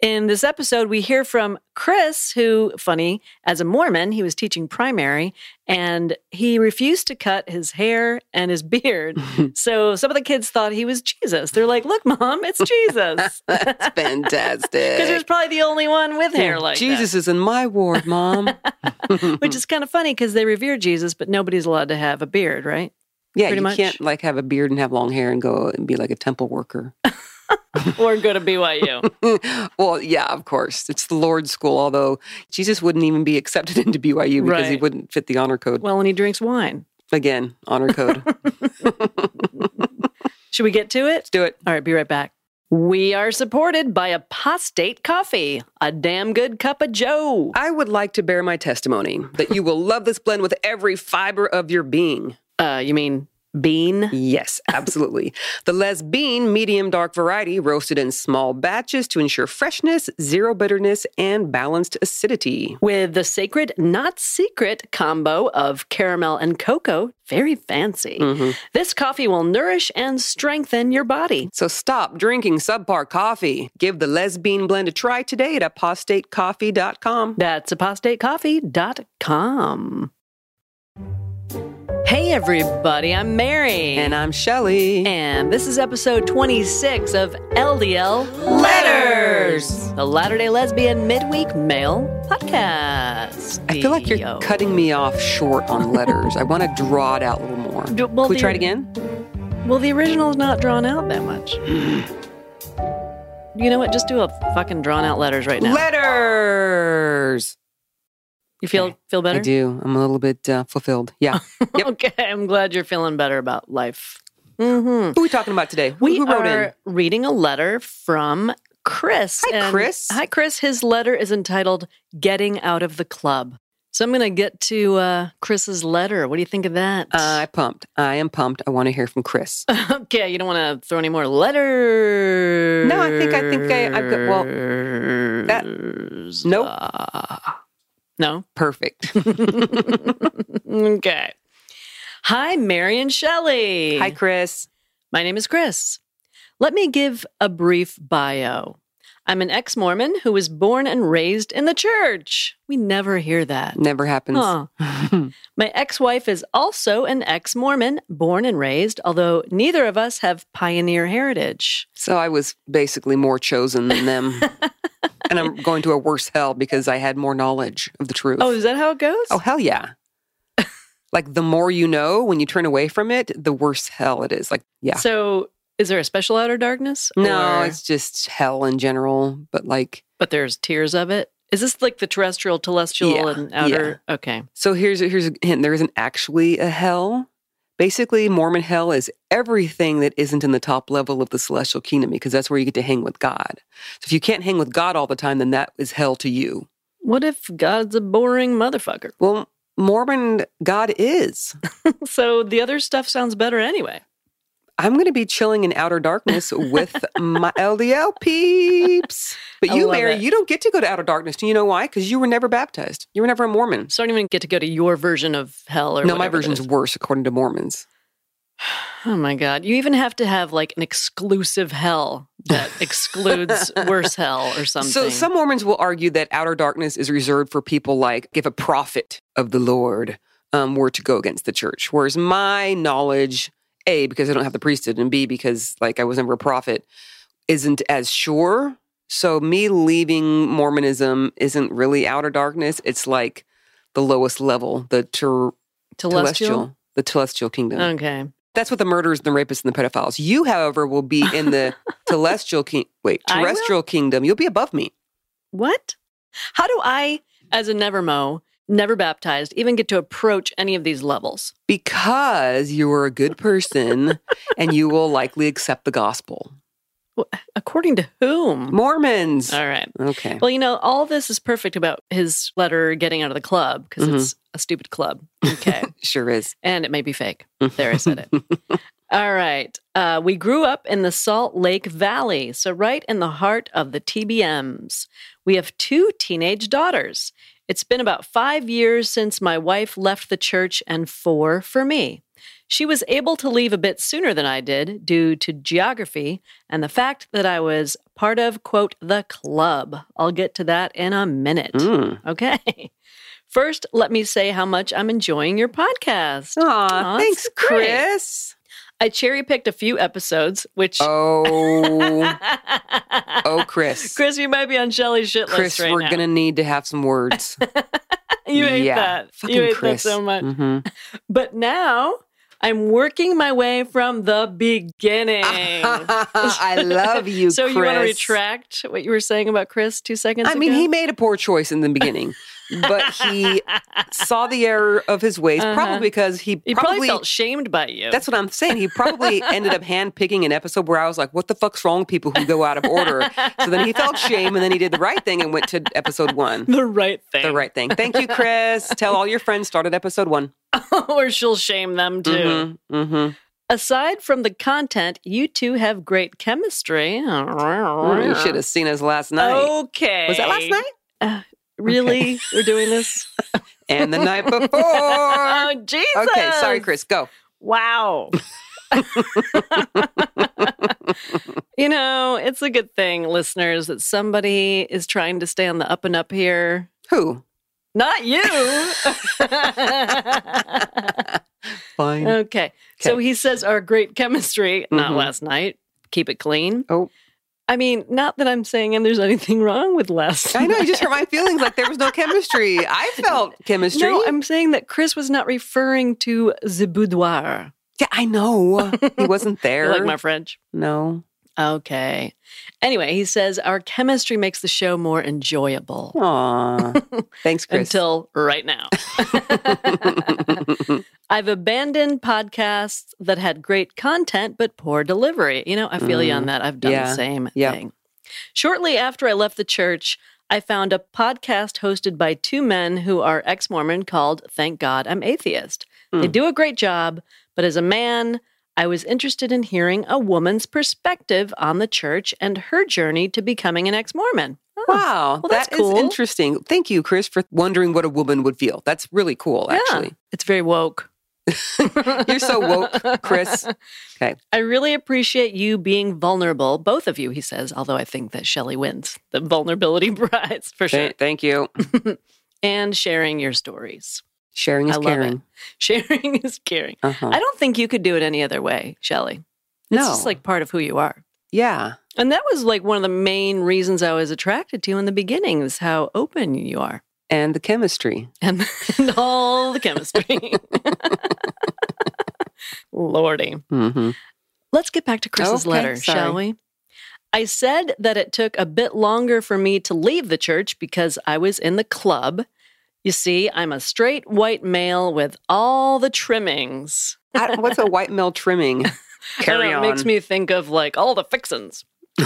In this episode, we hear from Chris, who, funny, as a Mormon, he was teaching primary and he refused to cut his hair and his beard. so some of the kids thought he was Jesus. They're like, look, mom, it's Jesus. That's fantastic. Because he was probably the only one with hair like Jesus is in my ward, Mom. that. Which is kind of funny because they revere Jesus, but nobody's allowed to have a beard, right? yeah, Pretty you much. can't like have a beard and have long hair and go and be like a temple worker. Or go to BYU. well, yeah, of course. It's the Lord's school, although Jesus wouldn't even be accepted into BYU because he Right. wouldn't fit the honor code. well, and he drinks wine. Again, honor code. Let's Should we get to it? do it. All right, be right back. We are supported by Apostate Coffee, a damn good cup of Joe. I would like to bear my testimony that you will love this blend with every fiber of your being. Uh, you mean bean? Yes, absolutely. the Les Bean medium dark variety, roasted in small batches to ensure freshness, zero bitterness, and balanced acidity. With the sacred, not secret combo of caramel and cocoa, very fancy. Mm-hmm. This coffee will nourish and strengthen your body. So stop drinking subpar coffee. Give the Les Bean blend a try today at apostatecoffee.com. That's apostatecoffee.com. Hey, everybody, I'm Mary. And I'm Shelley. And this is episode 26 of LDL Letters, the Latter day Lesbian Midweek Male Podcast. I feel like you're cutting me off short on letters. I want to draw it out a little more. D- well, Can we the- try it again? Well, the original's not drawn out that much. you know what? Just do a fucking drawn out letters right now. Letters. you feel feel better? I do. I'm a little bit uh, fulfilled. Yeah. Yep. Okay, I'm glad you're feeling better about life. hmm Who are we talking about today? We Who wrote are in? reading a letter from Chris. Hi, and- Chris. Hi, Chris. His letter is entitled "Getting Out of the Club." So I'm going to get to uh, Chris's letter. What do you think of that? I pumped. I am pumped. I want to hear from Chris. okay, you don't want to throw any more letters. No, I think- I think I- I've got- well, that- Mm. Nope. no. Perfect. Okay. Hi, Mary and Shelley. Hi, Chris. My name is Chris. Let me give a brief bio. I'm an ex Mormon who was born and raised in the church. We never hear that. Never happens. Huh. My ex wife is also an ex Mormon, born and raised, although neither of us have pioneer heritage. So I was basically more chosen than them. and I'm going to a worse hell because I had more knowledge of the truth. Oh, is that how it goes? Oh, hell yeah. like the more you know, when you turn away from it, the worse hell it is. Like, yeah. So is there a special outer darkness? no, Or- it's just hell in general. But like, but there's tears of it. Is this like the terrestrial, telestial, Yeah, and outer? Okay. so here's here's a hint. There isn't actually a hell. Basically, Mormon hell is everything that isn't in the top level of the celestial kingdom because that's where you get to hang with God. So if you can't hang with God all the time, then that is hell to you. What if God's a boring motherfucker? Well, Mormon God is. So the other stuff sounds better anyway. I'm going to be chilling in outer darkness with my LDL peeps. But I you, love Mary, it. you don't get to go to outer darkness. Do you know why? Because you were never baptized. You were never a Mormon. So I don't even get to go to your version of hell or no, my whatever that version's is. worse, according to Mormons. Oh my god! You even have to have like an exclusive hell that excludes worse hell or something. So some Mormons will argue that outer darkness is reserved for people like if a prophet of the Lord um, were to go against the church. Whereas my knowledge, A, because I don't have the priesthood, and B, because like I was never a prophet, isn't as sure. So me leaving Mormonism isn't really outer darkness. It's like the lowest level, the ter- telestial. telestial, the telestial kingdom. Okay. That's with the murderers, and the rapists, and the pedophiles. You, however, will be in the telestial king. Wait, I will? terrestrial kingdom. You'll be above me. What? How do I, as a never mo, never baptized, even get to approach any of these levels? because you are a good person and you will likely accept the gospel. According to whom? Mormons. All right. Okay. Well, you know, all this is perfect about his letter getting out of the club because Mm-hmm. it's a stupid club. Okay. Sure is. and it may be fake. There, I said it. all right. Uh, we grew up in the Salt Lake Valley, so right in the heart of the TBMs. We have two teenage daughters. It's been about five years since my wife left the church and four for me. She was able to leave a bit sooner than I did due to geography and the fact that I was part of, quote, the club. I'll get to that in a minute. Mm. Okay. First, let me say how much I'm enjoying your podcast. Aw, Aw, thanks, it's great. Chris. I cherry picked a few episodes, which. Oh, oh, Chris. Chris, you might be on Shelley's shit Chris, list right we're now. gonna need to have some words. you hate yeah. that. Fucking you hate Chris. that so much. Mhm. But now I'm working my way from the beginning. I love you, so Chris. you want to retract what you were saying about Chris two seconds I ago? mean, he made a poor choice in the beginning, but he saw the error of his ways, Uh-huh. probably because he, He probably, felt shamed by you. That's what I'm saying. He probably ended up handpicking an episode where I was like, what the fuck's wrong, with people who go out of order? So then he felt shame and then he did the right thing and went to episode one. the right thing. The right thing. Thank you, Chris. Tell all your friends started episode one. or she'll shame them too. Mm-hmm. Mm-hmm. Aside from the content, you two have great chemistry. You should have seen us last night. Okay. Was that last night? Really? We're doing this? And the night before. oh, Jesus. Okay, sorry, Chris. Go. Wow. you know, it's a good thing, listeners, that somebody is trying to stay on the up and up here. Who? Not you. Fine. okay. Mm-hmm. So he says our great chemistry, not Mhm. last night. Keep it clean. Oh. I mean, not that I'm saying and there's anything wrong with last I know. You night. just hurt my feelings. Like there was no chemistry. I felt chemistry. No, I'm saying that Chris was not referring to the boudoir. yeah, I know. He wasn't You there. like my French? no. Okay. Anyway, he says our chemistry makes the show more enjoyable Aw. Thanks, Chris. until right now. I've abandoned podcasts that had great content but poor delivery. You know, I feel you Mm. on that. I've done Yeah. the same Yeah. thing. Shortly after I left the church, I found a podcast hosted by two men who are ex Mormon called Thank God I'm Atheist. They Mm. do a great job, but as a man, I was interested in hearing a woman's perspective on the church and her journey to becoming an Ah. ex Mormon. Wow, Well, that that's is cool. interesting. Thank you, Chris, for wondering what a woman would feel. That's really cool, actually. It's very woke. You're so woke, Chris. I really appreciate you being vulnerable, both of you, he says, although I think that Shelley wins the vulnerability prize for sure, Th- Thank you. and sharing your stories. Sharing is I love caring. Sharing is caring. Uh-huh. I don't think you could do it any other way, Shelley. It's no, just like part of who you are. yeah, And that was like one of the main reasons I was attracted to you in the beginning is how open you are and the chemistry. and, and all the chemistry. Lordy. Mm-hmm. Let's get back to Chris's Okay, letter, sorry. shall we? I said that it took a bit longer for me to leave the church because I was in the club. You see, I'm a straight white male with all the trimmings. I, what's a white male trimming? Carry And on. It makes me think of like all the fixins.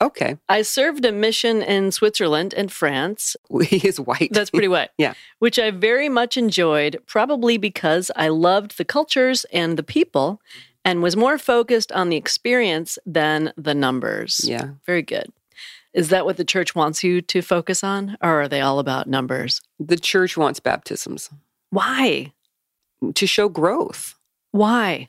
okay, I served a mission in Switzerland and France. he is white. That's pretty white. Yeah. Which I very much enjoyed, probably because I loved the cultures and the people and was more focused on the experience than the numbers. yeah. Very good. Is that what the church wants you to focus on, or are they all about numbers? The church wants baptisms Why? to show growth. Why?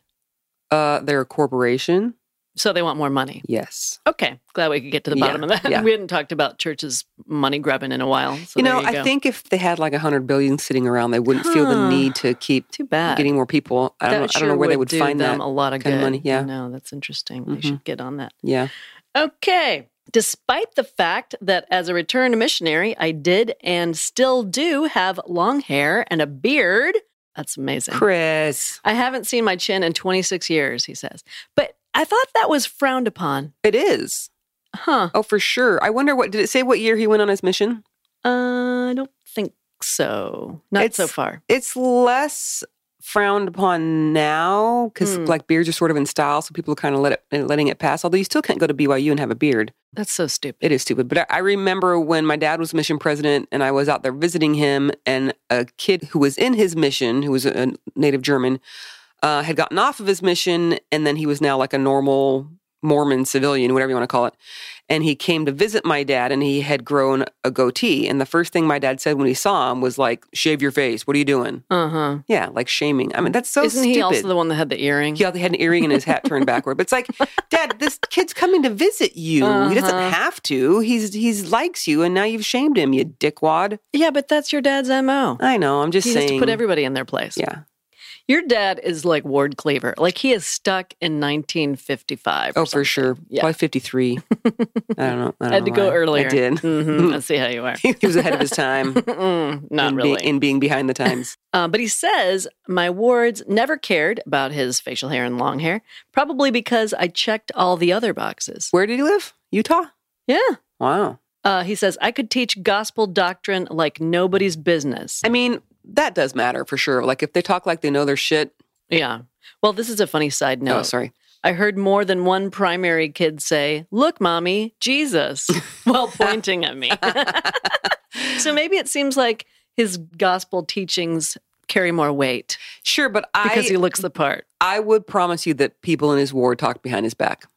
Uh, they're a corporation. So they want more money. Yes. Okay, glad we could get to the Yeah, bottom of that. yeah. We hadn't talked about churches money grubbing in a while. So you know, there you I go. think if they had like a hundred billion sitting around, they wouldn't feel the Huh. need to keep too bad. getting more people. I don't, know, That I don't know sure where they Uh, would do find them that. a lot of kind good. of money, yeah. no, that's interesting. They Mhm. should get on that. Yeah. Okay. Despite the fact that as a returned missionary, I did and still do have long hair and a beard. That's amazing. Chris. I haven't seen my chin in 26 years, he says. But I thought that was frowned upon. It is. Huh. Oh, for sure. I wonder what did it say what year he went on his mission? Uh, I don't think so. Not It's- so far. It's less frowned upon now because Hmm. like beards are sort of in style, so people are kind of let it, letting it pass. Although you still can't go to BYU and have a beard. That's so stupid. It is stupid. But I- I remember when my dad was mission president and I was out there visiting him, and a kid who was in his mission, who was a native German, uh, had gotten off of his mission, and then he was now like a normal Mormon civilian, whatever you want to call it. and he came to visit my dad and he had grown a goatee and the first thing my dad said when he saw him was like shave your face what are you doing Uh huh. yeah like shaming i mean that's so Isn't stupid he also the one that had the earring? he also had an earring and his hat turned backward. But it's like, Dad, this kid's coming to visit you. He Uh-huh. doesn't have to. He's he's likes you, and now you've shamed him, you dickwad. Yeah, but that's your dad's mo. I know. I'm just He has saying. to put everybody in their place. yeah. Your dad is like Ward Cleaver. Like he is stuck in 1955. Oh, for sure. Yeah. Probably 53. I don't know. I don't I had to know go why. earlier. I did. hmm I see how you are. he was ahead of his time. Mm-mm, Not in, be- really. in being behind the times. Uh, but he says, My wards never cared about his facial hair and long hair, probably because I checked all the other boxes. Where did he live? Utah. Yeah. Wow. Uh, he says, I could teach gospel doctrine like nobody's business. I mean, that does matter for sure. Like if they talk like they know their shit. Yeah. Well, this is a funny side No, note. sorry. I heard more than one primary kid say, Look, mommy, Jesus, while pointing at me. so maybe it seems like his gospel teachings carry more weight Sure, but I because he looks the part. I would promise you that people in his ward talked behind his back.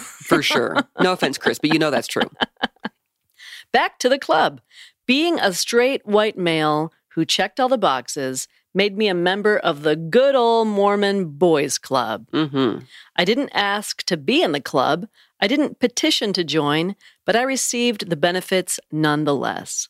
For sure. No offense, Chris, but you know that's true. Back to the club. Being a straight white male who checked all the boxes made me a member of the good old Mormon Boys Club. hmm I didn't ask to be in the club. I didn't petition to join, but I received the benefits nonetheless.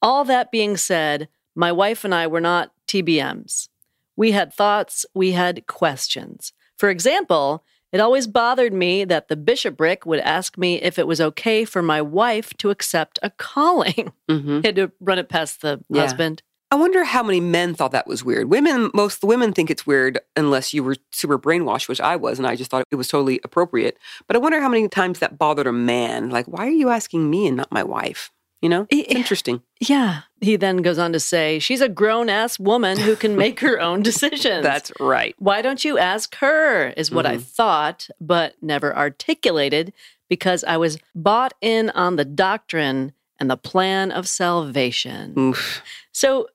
All that being said, my wife and I were not TBMs. We had thoughts, we had questions. For example, it always bothered me that the bishopric would ask me if it was okay for my wife to accept a calling. hmm He had to run it past the Yeah. husband. I wonder how many men thought that was weird. Women, most women think it's weird unless you were super brainwashed, which I was, and I just thought it was totally appropriate. But I wonder how many times that bothered a man. Like, why are you asking me and not my wife? You know, Yeah. it's interesting. Yeah. He then goes on to say, she's a grown ass woman who can make her own decisions. right. Why don't you ask her? Is what Mm-hmm. I thought, but never articulated because I was bought in on the doctrine and the plan of salvation. Oof. So,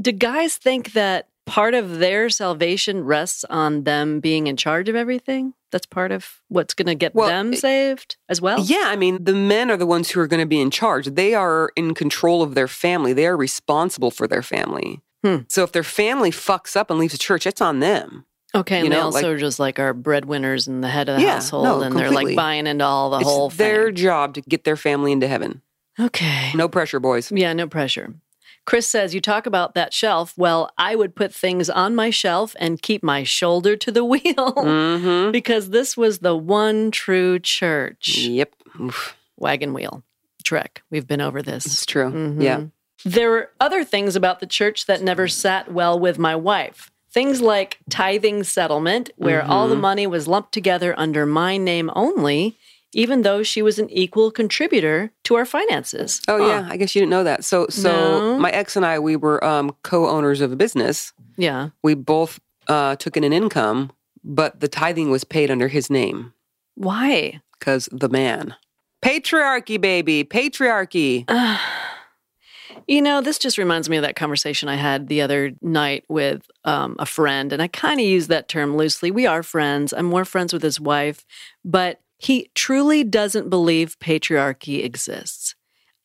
do guys think that part of their salvation rests on them being in charge of everything? That's part of what's going to get Well, them it- saved as well? Yeah, I mean, the men are the ones who are going to be in charge. They are in control of their family. They are responsible for their family. Hmm. So if their family fucks up and leaves the church, it's on them. Okay. And You they know, also like- are just like are breadwinners and the head of the Yeah, household, no, and they're completely. like buying into all the it's whole their thing. job to get their family into heaven. Okay. No pressure, boys. Yeah, no pressure. Chris says, You talk about that shelf. Well, I would put things on my shelf and keep my shoulder to the wheel Mm-hmm. because this was the one true church. Yep, Oof, Wagon wheel trick. We've been over it's this. true. Mhm. Yeah, There were other things about the church that never sat well with my wife. Things like tithing settlement, where Mm-hmm. all the money was lumped together under my name only, even though she was an equal contributor to our finances. Oh Huh. yeah, I guess you didn't know that. So so No. my ex and I we were um, co-owners of a business. Yeah. We both uh, took in an income, but the tithing was paid under his name Why? because the man. Patriarchy, baby, patriarchy. You know, this just reminds me of that conversation I had the other night with um, a friend, and I kind of use that term loosely. We are friends. I'm more friends with his wife, but he truly doesn't believe patriarchy exists.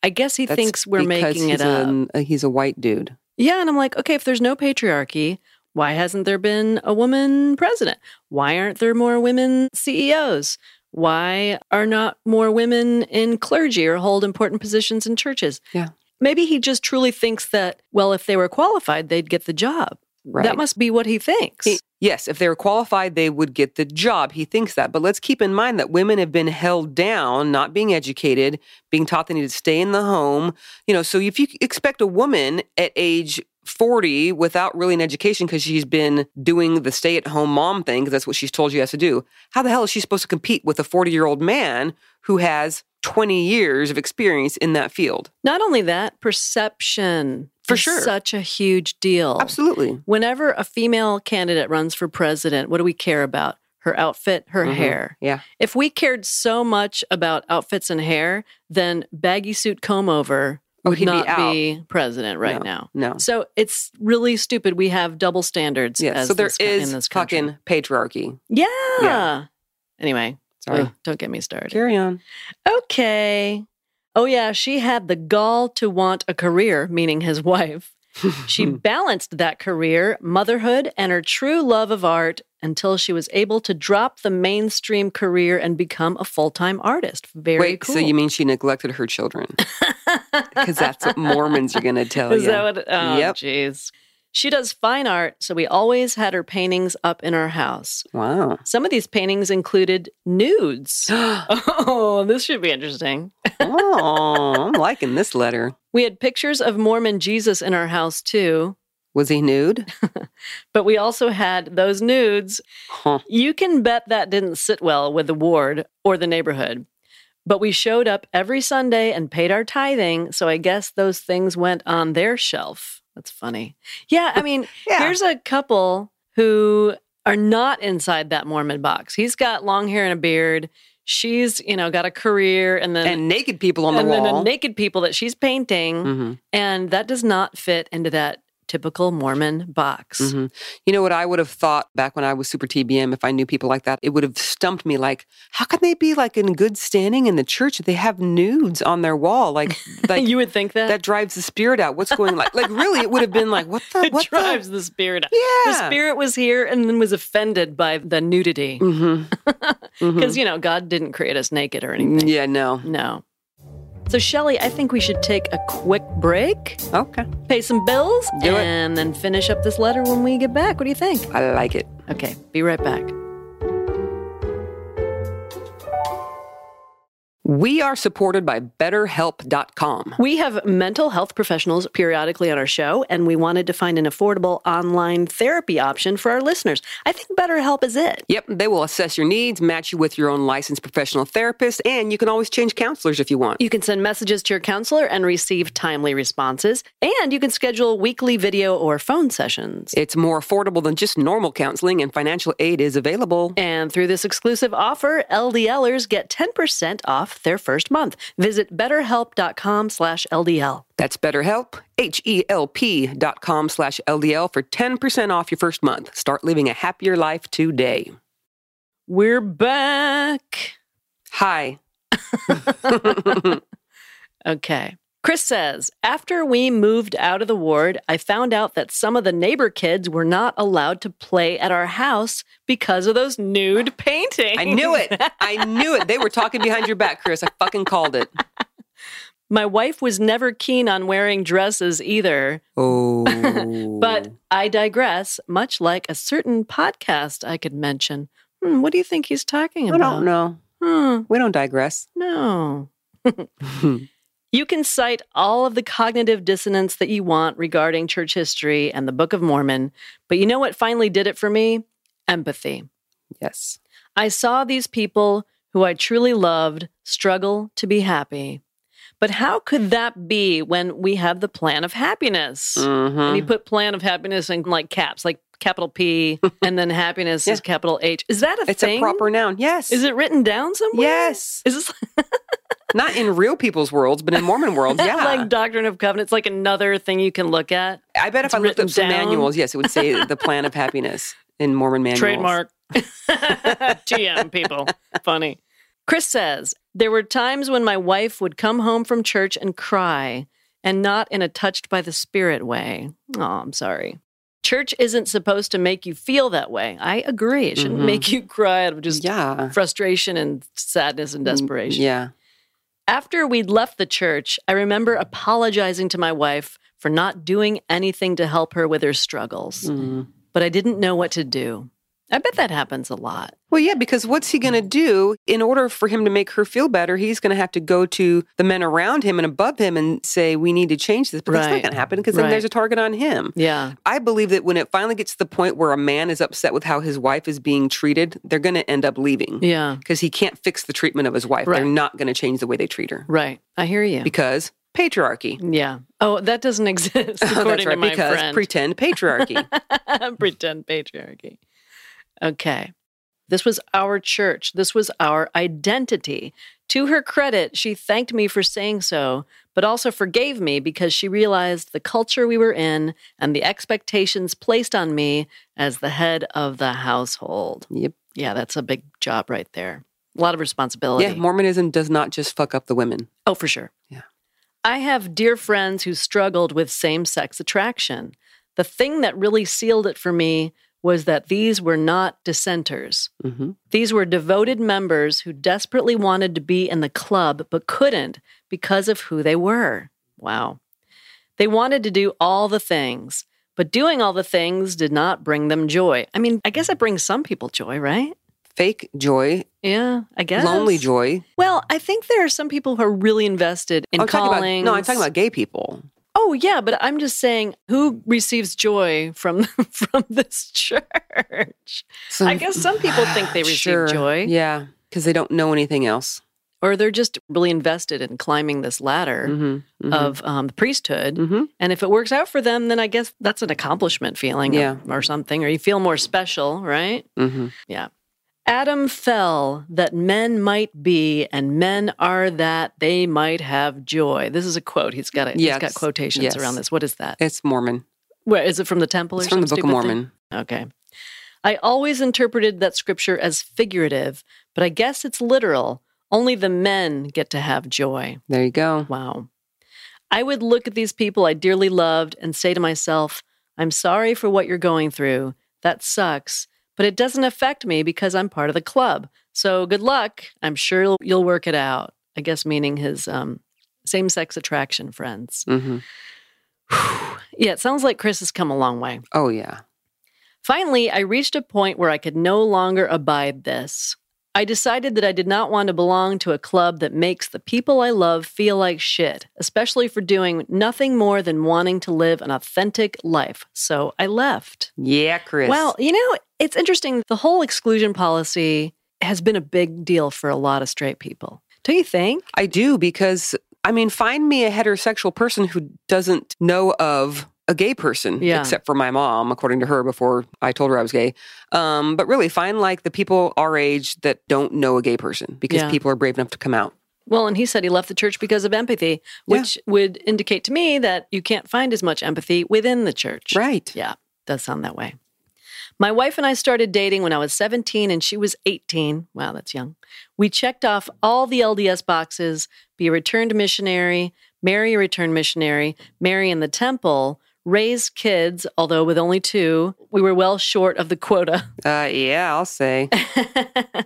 I guess he That's thinks we're because making it he's up. an- uh, he's a white dude. Yeah, and I'm like, okay, if there's no patriarchy, why hasn't there been a woman president? Why aren't there more women CEOs? Why are not more women in clergy or hold important positions in churches? Yeah. Maybe he just truly thinks that, well, if they were qualified, they'd get the job. Right. That must be what he thinks. He- yes, if they were qualified, they would get the job. He thinks that. But let's keep in mind that women have been held down, not being educated, being taught they need to stay in the home. You know, so if you expect a woman at age 40 without really an education because she's been doing the stay at home mom thing, 'cause that's what she's told she has to do, how the hell is she supposed to compete with a 40 year old man who has 20 years of experience in that field? not only that, perception For is sure. such a huge deal. Absolutely. Whenever a female candidate runs for president, what do we care about? Her outfit, her Mhm. hair. Yeah. If we cared so much about outfits and hair, then baggy suit comb over Oh, would he'd be not out. be, president right now. No. So it's really stupid. We have double standards. Yeah. as So there this co- in is this country. fucking patriarchy. yeah. Yeah. Anyway, Sorry. Ugh, don't get me started. Carry on. Okay. Oh, yeah. She had the gall to want a career, meaning his wife. She balanced that career, motherhood, and her true love of art until she was able to drop the mainstream career and become a full time artist. Very Wait, cool. so you mean she neglected her children? Because that's what Mormons are going to tell Is you. that what? Oh, Yep. jeez. She does fine art, so we always had her paintings up in our house. wow. Some of these paintings included nudes. oh, this should be interesting. oh, I'm liking this letter. We had pictures of Mormon Jesus in our house too, Was he nude? but we also had those nudes. Huh. You can bet that didn't sit well with the ward or the neighborhood. But we showed up every Sunday and paid our tithing, so I guess those things went on their shelf. That's funny. Yeah, I mean, Yeah. here's a couple who are not inside that Mormon box. He's got long hair and a beard. She's, you know, got a career and then and naked people on the and then the wall. naked people that she's painting. hmm And that does not fit into that typical Mormon box. Mhm. You know what I would have thought back when I was super TBM if I knew people like that? It would have stumped me like, how can they be like in good standing in the church if they have nudes on their wall? Like like you would think that, that drives the spirit out. What's going like like really it would have been like what the it what drives the, spirit. out. the Yeah. The spirit was here and then was offended by the nudity Mhm. because you know God didn't create us naked or anything. Yeah, no. No. So Shelley, I think we should take a quick break, Okay. pay some bills, Do it. and then finish up this letter when we get back. What do you think? I like it. Okay, be right back. We are supported by betterhelp.com. We have mental health professionals periodically on our show, and we wanted to find an affordable online therapy option for our listeners. I think BetterHelp is it. Yep, they will assess your needs, match you with your own licensed professional therapist, and you can always change counselors if you want. You can send messages to your counselor and receive timely responses, and you can schedule weekly video or phone sessions. It's more affordable than just normal counseling, and financial aid is available. And through this exclusive offer, LDLers get 10% off their first month. Visit betterhelp.com slash LDL. That's BetterHelp, H-E-L-P dot com slash LDL for 10% off your first month. Start living a happier life today. We're back. Hi. Okay. Chris says, after we moved out of the ward, I found out that some of the neighbor kids were not allowed to play at our house because of those nude paintings. I knew it. I knew it. They were talking behind your back, Chris. I fucking called it. My wife was never keen on wearing dresses either, Oh. but I digress, much like a certain podcast I could mention. Hmm, what do you think he's talking I about? don't know. Hmm, We don't digress. no. You can cite all of the cognitive dissonance that you want regarding church history and the Book of Mormon, but you know what finally did it for me? Empathy. yes. I saw these people who I truly loved struggle to be happy. But how could that be when we have the plan of happiness? And he Mhm. put plan of happiness in like caps, like capital P, and then happiness is capital H. Is that a It's thing? a proper noun. Yes. Is it written down somewhere? Yes. Is this Not in real people's worlds, but in Mormon worlds. Yeah. like Doctrine of Covenants, like another thing you can look at? I bet if I looked written up some down. manuals, yes, it would say the plan of happiness in Mormon manuals. Trademark. TM people. Funny. Chris says there were times when my wife would come home from church and cry, and not in a touched by the spirit way. Oh, I'm sorry. Church isn't supposed to make you feel that way. I agree. It shouldn't Mhm. make you cry out of just Yeah. frustration and sadness and desperation. Mm, Yeah. After we'd left the church, I remember apologizing to my wife for not doing anything to help her with her struggles, Mm. but I didn't know what to do. I bet that happens a lot. Well, yeah, because what's he going to do? In order for him to make her feel better, he's going to have to go to the men around him and above him and say, We need to change this. But that's not Right. going to happen because then Right. there's a target on him. Yeah. I believe that when it finally gets to the point where a man is upset with how his wife is being treated, they're going to end up leaving Yeah. because he can't fix the treatment of his wife. Right. They're not going to change the way they treat her Right. I hear you. because patriarchy. yeah. Oh, that doesn't exist Oh, according that's right, to my because friend. pretend patriarchy. Pretend patriarchy. Okay. This was our church. This was our identity. To her credit, she thanked me for saying so, but also forgave me because she realized the culture we were in and the expectations placed on me as the head of the household. Yep. Yeah, that's a big job right there. a lot of responsibility. Yeah, Mormonism does not just fuck up the women. Oh, for sure. Yeah. I have dear friends who struggled with same sex attraction. The thing that really sealed it for me was that these were not dissenters. hmm These were devoted members who desperately wanted to be in the club but couldn't because of who they were. Wow. They wanted to do all the things, but doing all the things did not bring them joy. I mean, I guess it brings some people joy, right? Fake joy, Yeah, I guess. lonely joy. Well, I think there are some people who are really invested in Oh, I'm talking about calling. no, I'm talking about gay people. Oh yeah, but I'm just saying, who receives joy from from this church? So- I guess some people think they receive Mm, Sure. joy, Yeah, because they don't know anything else. or they're just really invested in climbing this ladder Mm-hmm, of um, the priesthood. Mhm. And if it works out for them, then I guess that's an accomplishment feeling, Yeah. or, or something, or you feel more special, right? hmm Yeah. Adam fell that men might be, and men are that they might have joy. This is a quote. He's got it. He's Yes. got quotations Yes. around this. What is that? It's Mormon. Where is it from the temple? It's or from the some Book of stupid thing? Mormon. Okay. I always interpreted that scripture as figurative, but I guess it's literal. Only the men get to have joy. There you go. Wow. I would look at these people I dearly loved and say to myself, I'm sorry for what you're going through. That sucks, but it doesn't affect me because I'm part of the club. So good luck. I'm sure you'll, you'll work it out. I guess meaning his um, same sex attraction friends. hmm Yeah, it sounds like Chris has come a long way. Oh yeah. Finally, I reached a point where I could no longer abide this. I decided that I did not want to belong to a club that makes the people I love feel like shit, especially for doing nothing more than wanting to live an authentic life. So I left. Yeah, Chris. Well, you know, it's interesting. The whole exclusion policy has been a big deal for a lot of straight people. Don't you think? I do because I mean, find me a heterosexual person who doesn't know of a gay person, Yeah. except for my mom, according to her, before I told her I was gay. Um, but really, find like the people our age that don't know a gay person because Yeah. people are brave enough to come out. Well, and he said he left the church because of empathy, Yeah. which would indicate to me that you can't find as much empathy within the church. Right. Yeah, does sound that way. My wife and I started dating when I was 17 and she was 18. Wow, that's young. We checked off all the LDS boxes be a returned missionary, marry a returned missionary, marry in the temple, raise kids, although with only two. We were well short of the quota, Uh, yeah, I'll say.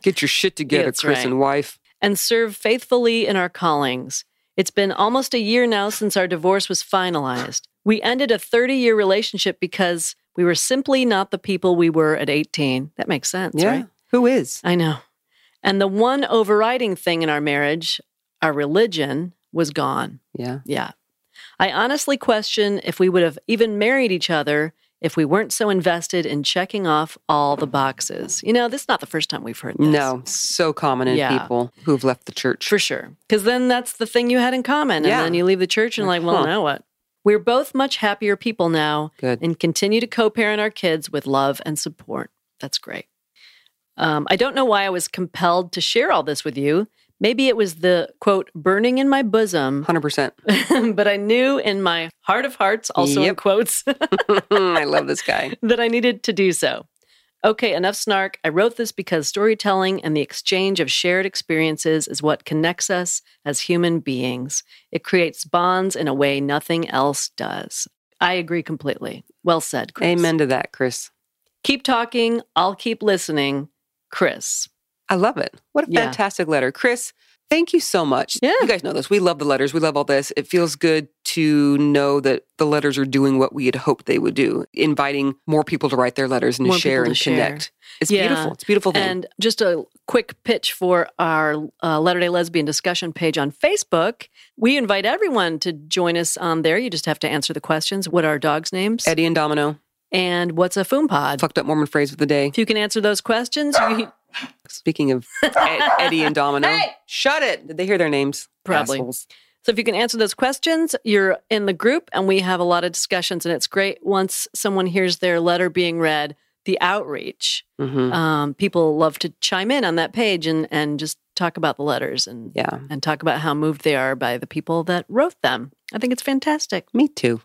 Get your shit together, That's Chris right. and wife. and serve faithfully in our callings. It's been almost a year now since our divorce was finalized. We ended a 30 year relationship because we were simply not the people we were at 18. That makes sense, yeah. right? Who is? I know. And the one overriding thing in our marriage, our religion, was gone. Yeah. Yeah. I honestly question if we would have even married each other if we weren't so invested in checking off all the boxes. You know, this is not the first time we've heard this. No, so common in Yeah. people who've left the church. For sure. Because then that's the thing you had in common. Yeah. And then you leave the church and, like, well, Huh. now what? We're both much happier people now Good. and continue to co parent our kids with love and support. That's great. Um, I don't know why I was compelled to share all this with you. Maybe it was the quote, burning in my bosom, 100%. but I knew in my heart of hearts, also in Yep. quotes, I love this guy. that I needed to do so. Okay, enough snark. I wrote this because storytelling and the exchange of shared experiences is what connects us as human beings. It creates bonds in a way nothing else does. I agree completely. Well said, Chris. Amen to that, Chris. Keep talking. I'll keep listening. Chris. I love it. What a Yeah. fantastic letter. Chris, thank you so much. Yeah. You guys know this. We love the letters. We love all this. It feels good to know that the letters are doing what we had hoped they would do, inviting more people to write their letters and More to share people to and share. connect. It's Yeah. beautiful. It's a beautiful thing. And just a quick pitch for our uh, Latter day Lesbian discussion page on Facebook. We invite everyone to join us on there. You just have to answer the questions What are dogs' names? Eddie and Domino, and what's a foom pod? fucked up Mormon phrase of the day. If you can answer those questions, you Speaking of Ed- Eddie and Domino, Hey! shut it. Did they hear their names? Probably. Assholes. so if you can answer those questions, you're in the group and we have a lot of discussions and it's great once someone hears their letter being read, the outreach. Mhm. Um, people love to chime in on that page and and just talk about the letters and Yeah. and talk about how moved they are by the people that wrote them. I think it's fantastic. Me too.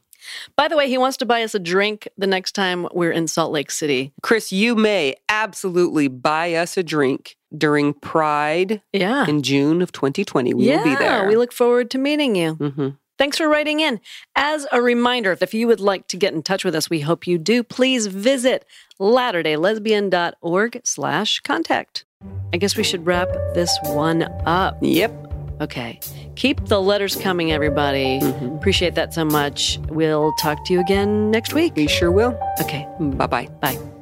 By the way, he wants to buy us a drink the next time we're in Salt Lake City. Chris, you may absolutely buy us a drink during Pride Yeah. in June of 2020. We yeah, will be there. We look forward to meeting you. Mhm. Thanks for writing in. As a reminder, if you would like to get in touch with us, we hope you do. Please visit latterdaylesbian.org slash contact. I guess we should wrap this one up. Yep. Okay. Keep the letters coming, everybody. Appreciate that so much. We'll talk to you again next week. We sure will. Okay. Bye bye. Bye.